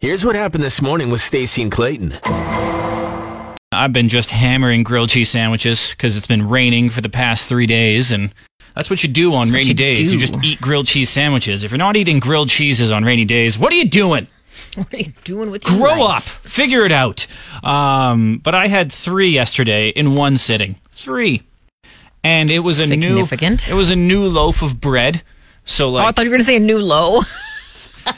Here's what happened this morning with Stacy and Clayton. I've been just hammering grilled cheese sandwiches because it's been raining for the past three days, and that's what you do on rainy you days. You do. just eat grilled cheese sandwiches. If you're not eating grilled cheeses on rainy days, what are you doing? What are you doing with your Grow up, life? figure it out. Um, but I had three yesterday in one sitting, three, and it was a new Significant. It was a new loaf of bread. So Oh, I like, thought you were going to say a new low.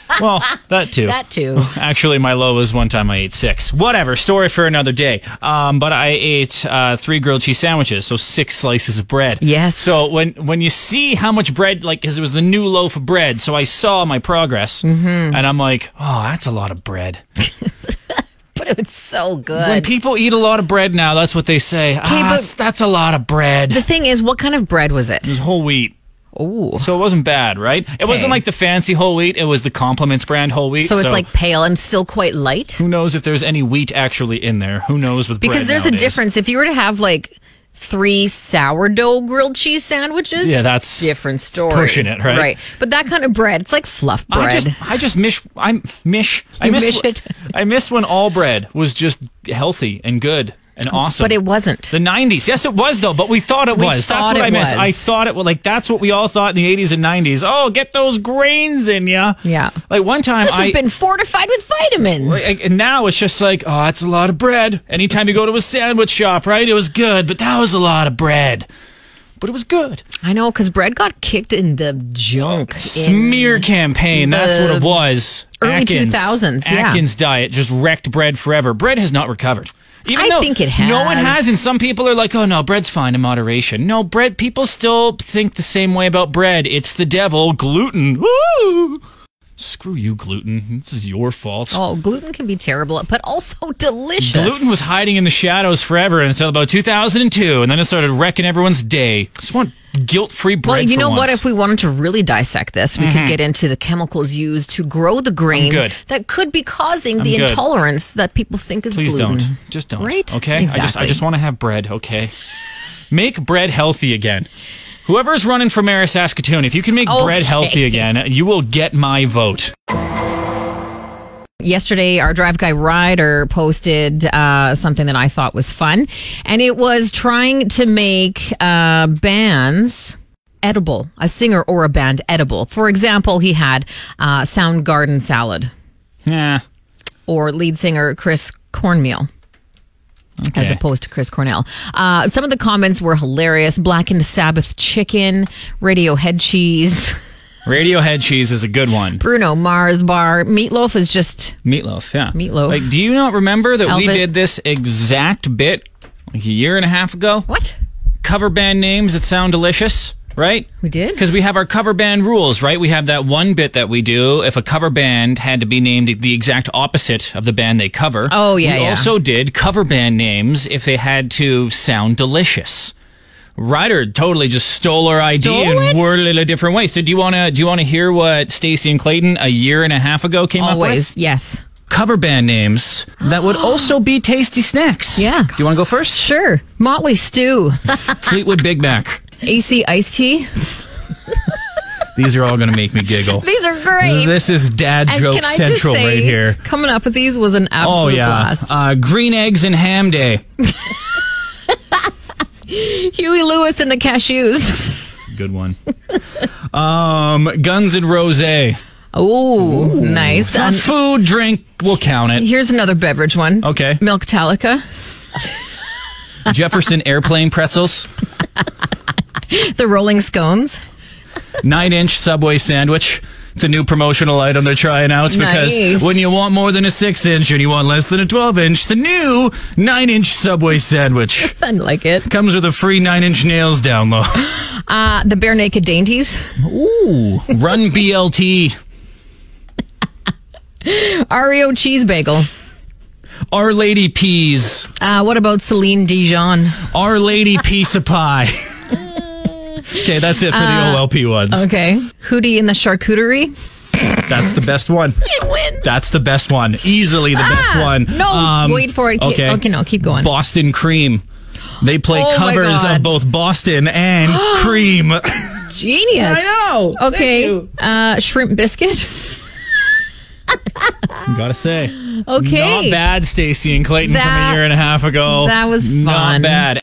well, that too. that too. Actually, my low was one time I ate six. Whatever, story for another day. Um, but I ate uh, three grilled cheese sandwiches, so six slices of bread. Yes. So when when you see how much bread, like, because it was the new loaf of bread, so I saw my progress, Mm-hmm. and I'm like, oh, that's a lot of bread. But it was so When good. people eat a lot of bread now, that's what they say. Ah, but- that's, that's a lot of bread. the thing is, what kind of bread was it? Whole wheat. Oh, So it wasn't bad, right? It wasn't like the fancy whole wheat. It was the compliments brand whole wheat. so it's like pale and still quite light. Who knows if there's any wheat actually in there? Who knows with bread Because there's nowadays. a difference. If you were to have like three sourdough grilled cheese sandwiches, Yeah, that's- different story. pushing it, right? Right. But that kind of bread, it's like fluff bread. I just, I just miss, I miss, I You miss, miss it? I miss when all bread was just healthy and good and awesome. but it wasn't. The 90s. Yes, it was, though, but we thought it We was. thought that's what it I miss. was. I thought it was like that's what we all thought in the 80s and 90s. Oh, get those grains in ya. Yeah. Like one time This I. has been fortified with vitamins. like, and now it's just like, oh, that's a lot of bread. Anytime you go to a sandwich shop, right? It was good, but that was a lot of bread. But it was good. I know, because bread got kicked in the junk. in- smear campaign. That's what it the was. early Atkins, 2000s, yeah. Atkins diet just wrecked bread forever. Bread has not recovered. Even I though think it No one has. hasn't. Some people are like, "Oh no, bread's fine in moderation." No, bread. People still think the same way about bread. It's the devil. Gluten. Woo! Screw you, gluten. This is your fault. Oh, gluten can be terrible, but also delicious. Gluten was hiding in the shadows forever until about 2002, and then it started wrecking everyone's day. Just want guilt-free bread. Well, you for know what? once. Mm-hmm. If we wanted to really dissect this, we could get into the chemicals used to grow the grain good. that could be causing the good. intolerance that people think is Please gluten. don't. Just don't. Right? Okay. I just I Exactly. just want to have bread. Okay. Make bread healthy again. Whoever's running for mayor of Saskatoon, if you can make bread Okay. healthy again, you will get my vote. Yesterday, our drive guy Ryder posted uh, something that I thought was fun, and it was trying to make uh, bands edible, a singer or a band edible. For example, he had uh, Soundgarden salad Yeah. or lead singer Chris Cornmeal. as Okay. opposed to Chris Cornell. Uh, some of the comments were hilarious. Blackened Sabbath chicken, Radiohead cheese, Radiohead cheese is a good one. Bruno Mars bar. Meatloaf is just Meatloaf. Yeah. Meatloaf. Like, do you not remember that we Elvis. did this exact bit like a year and a half ago? what? cover band names that sound delicious, right? We did? Because we have our cover band rules, right? We have that one bit that we do. If a cover band had to be named the exact opposite of the band they cover. Oh, yeah, We yeah. also did cover band names if they had to sound delicious. Ryder totally just stole our idea Stole and it? worded it a different way. So do you wanna do you wanna hear what Stacy and Clayton a year and a half ago came Always, up yes. with? Cover band names that would also be tasty snacks. Yeah. Do you wanna go first? Sure. Motley Stew, Fleetwood Big Mac. AC Iced Tea. These are all going to make me giggle. These are great. This is dad and joke can I central just say, right here. Coming up with these was an absolute Oh yeah, blast. uh, green eggs and ham day. Huey Lewis and the Cashews. Good one. um, Guns and Rose. Oh, nice. Not And food, drink. We'll count it. here's another beverage one. Okay. Milk Talica. Jefferson airplane pretzels. The Rolling Scones. Nine inch subway sandwich. It's a new promotional item they're trying out because Nice. when you want more than a six inch and you want less than a twelve inch, the new nine inch subway sandwich I like it. comes with a free nine inch nails download. Uh, the Bare Naked Dainties. Ooh, run BLT. Oreo cheese bagel. Our Lady Peas. Uh, what about Celine Dijon? Our Lady Piece of Pie. okay, that's it for the OLP ones. Uh, Okay. Hootie in the charcuterie. That's the best one. It wins. That's the best one. Easily the best one. Ah, Um, No, wait for it. Keep- okay, no, keep going. Boston Cream. They play Oh my covers God. of both Boston and Cream. Genius. I know. Thank Okay. you. Uh, shrimp biscuit. Gotta say. Okay. Not bad, Stacy and Clayton from That- a year and a half ago. that was Not fun. bad.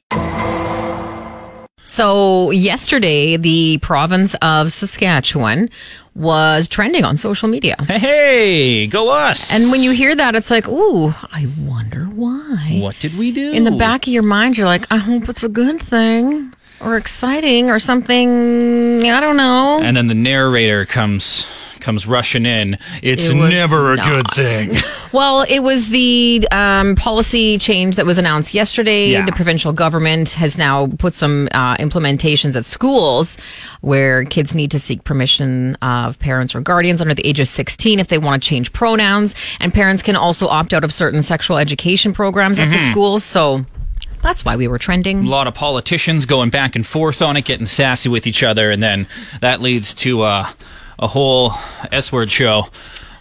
So yesterday, the province of Saskatchewan was trending on social media. Hey, hey, go us. And when you hear that, it's like, ooh, I wonder why. What did we do? In the back of your mind, you're like, I hope it's a good thing or exciting or something. I don't know. And then the narrator comes comes rushing in. It's It was never a not. good thing. Well, it was the um, policy change that was announced yesterday. Yeah. The provincial government has now put some uh, implementations at schools where kids need to seek permission of parents or guardians under the age of 16 if they want to change pronouns. And parents can also opt out of certain sexual education programs at the Mm-hmm. schools. So that's why we were a trending. lot of politicians going back and forth on it, getting sassy with each other, and then that leads to uh, a whole S word show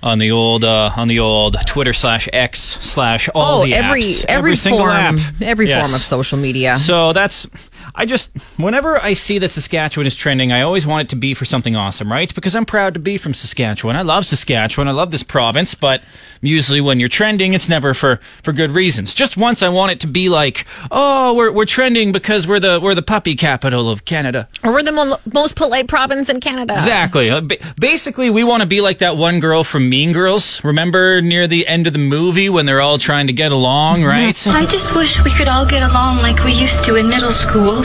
on the old uh, on the old Twitter slash X slash all Oh, the every, apps. every single form, app, every Yes. form of social media. So that's I just whenever I see that Saskatchewan is trending, I always want it to be for something awesome, right? Because I'm proud to be from Saskatchewan. I love Saskatchewan. I love this province, but usually when you're trending, it's never for for good reasons. Just once I want it to be like, "Oh, we're we're trending because we're the we're the puppy capital of Canada." or we're the mo- most polite province in Canada. Exactly. Uh, ba- basically, we want to be like that one girl from Mean Girls. Remember near the end of the movie when they're all trying to get along, right? I just wish we could all get along like we used to in middle school.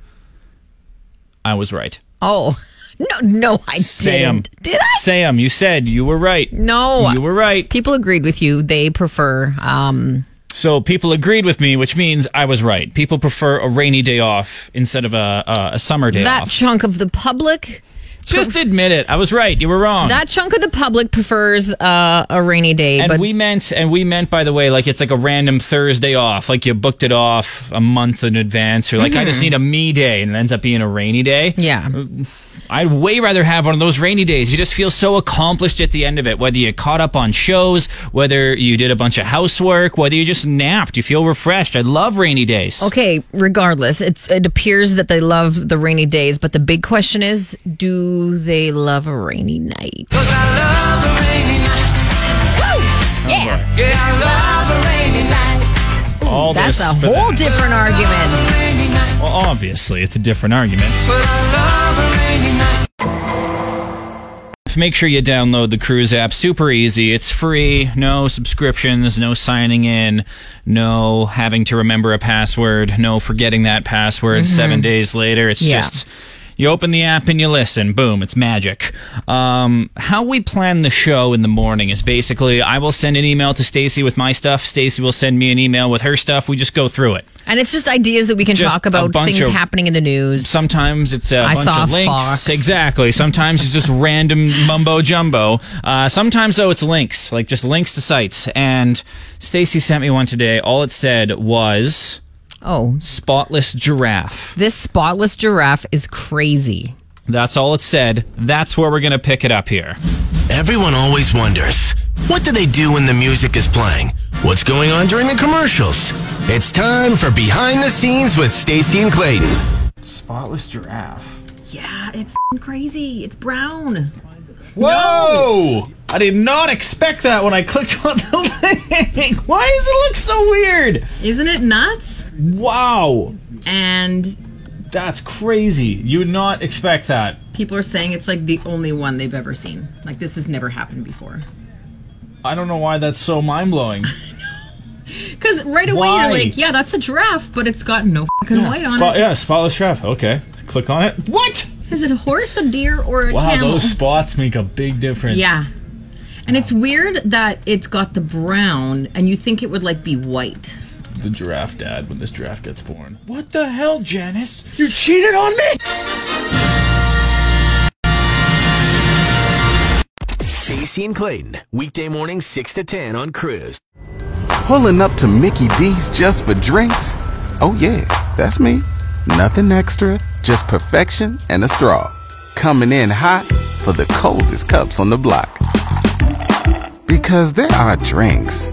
I was right. Oh, no, no, I Sam. didn't. Did I? Sam, you said you were right. No. You were right. People agreed with you. They prefer. Um, So people agreed with me, which means I was right. People prefer a rainy day off instead of a, a, a summer day that off. chunk of the public. Just admit it. I was right. You were wrong. That chunk of the public prefers uh, a rainy day, and but we meant, and we meant, by the way, like it's like a random Thursday off. Like you booked it off a month in advance, or like I Mm-hmm. just need a me day, and it ends up being a rainy day. yeah, I'd way rather have one of those rainy days. You just feel so accomplished at the end of it, whether you caught up on shows, whether you did a bunch of housework, whether you just napped. You feel refreshed. I love rainy days. okay. Regardless, it's it appears that they love the rainy days, but the big question is, do they love a rainy night? Yeah, All that's this a for whole that. different argument. Well, obviously, it's a different argument. Make sure you download the Cruise app. Super easy. It's free. No subscriptions, no signing in, no having to remember a password, no forgetting that password seven days later. It's Yeah. just you open the app and you listen. Boom, it's magic. Um, how we plan the show in the morning is basically I will send an email to Stacy with my stuff. Stacy will send me an email with her stuff. We just go through it. And it's just ideas that we can Just talk a about bunch things of- happening in the news. Sometimes it's a I bunch saw of links. Fox. Exactly. Sometimes it's just random mumbo jumbo. Uh, sometimes though it's links, like just links to sites. And Stacy sent me one today. All it said was Oh, Spotless giraffe. this spotless giraffe is crazy. That's all it said. That's where we're going to pick it up here. Everyone always wonders what do they do when the music is playing? What's going on during the commercials? It's time for Behind the Scenes with Stacy and Clayton. Spotless giraffe. Yeah, it's crazy. It's brown. Whoa! I did not expect that when I clicked on the link. Why does it look so weird? Isn't it nuts? Wow, And that's crazy. You would not expect that. people are saying it's like the only one they've ever seen. Like this has never happened before. I don't know why that's so mind blowing. Because right away Why? you're like, yeah, that's a giraffe, but it's got no fucking white on it. yeah, spotless chef. Okay, click on it. What? Is it a horse, a deer, or a Wow, camel? those spots make a big difference. yeah. And it's weird that it's got the brown, and you think it would like be white. The giraffe dad when this giraffe gets born. What the hell, Janice? You cheated on me. Stacy and Clayton, weekday morning 6 to 10 on Cruise. Pulling up to Mickey D's just for drinks? Oh, yeah, that's me. Nothing extra, just perfection and a straw. Coming in hot for the coldest cups on the block. Because there are drinks,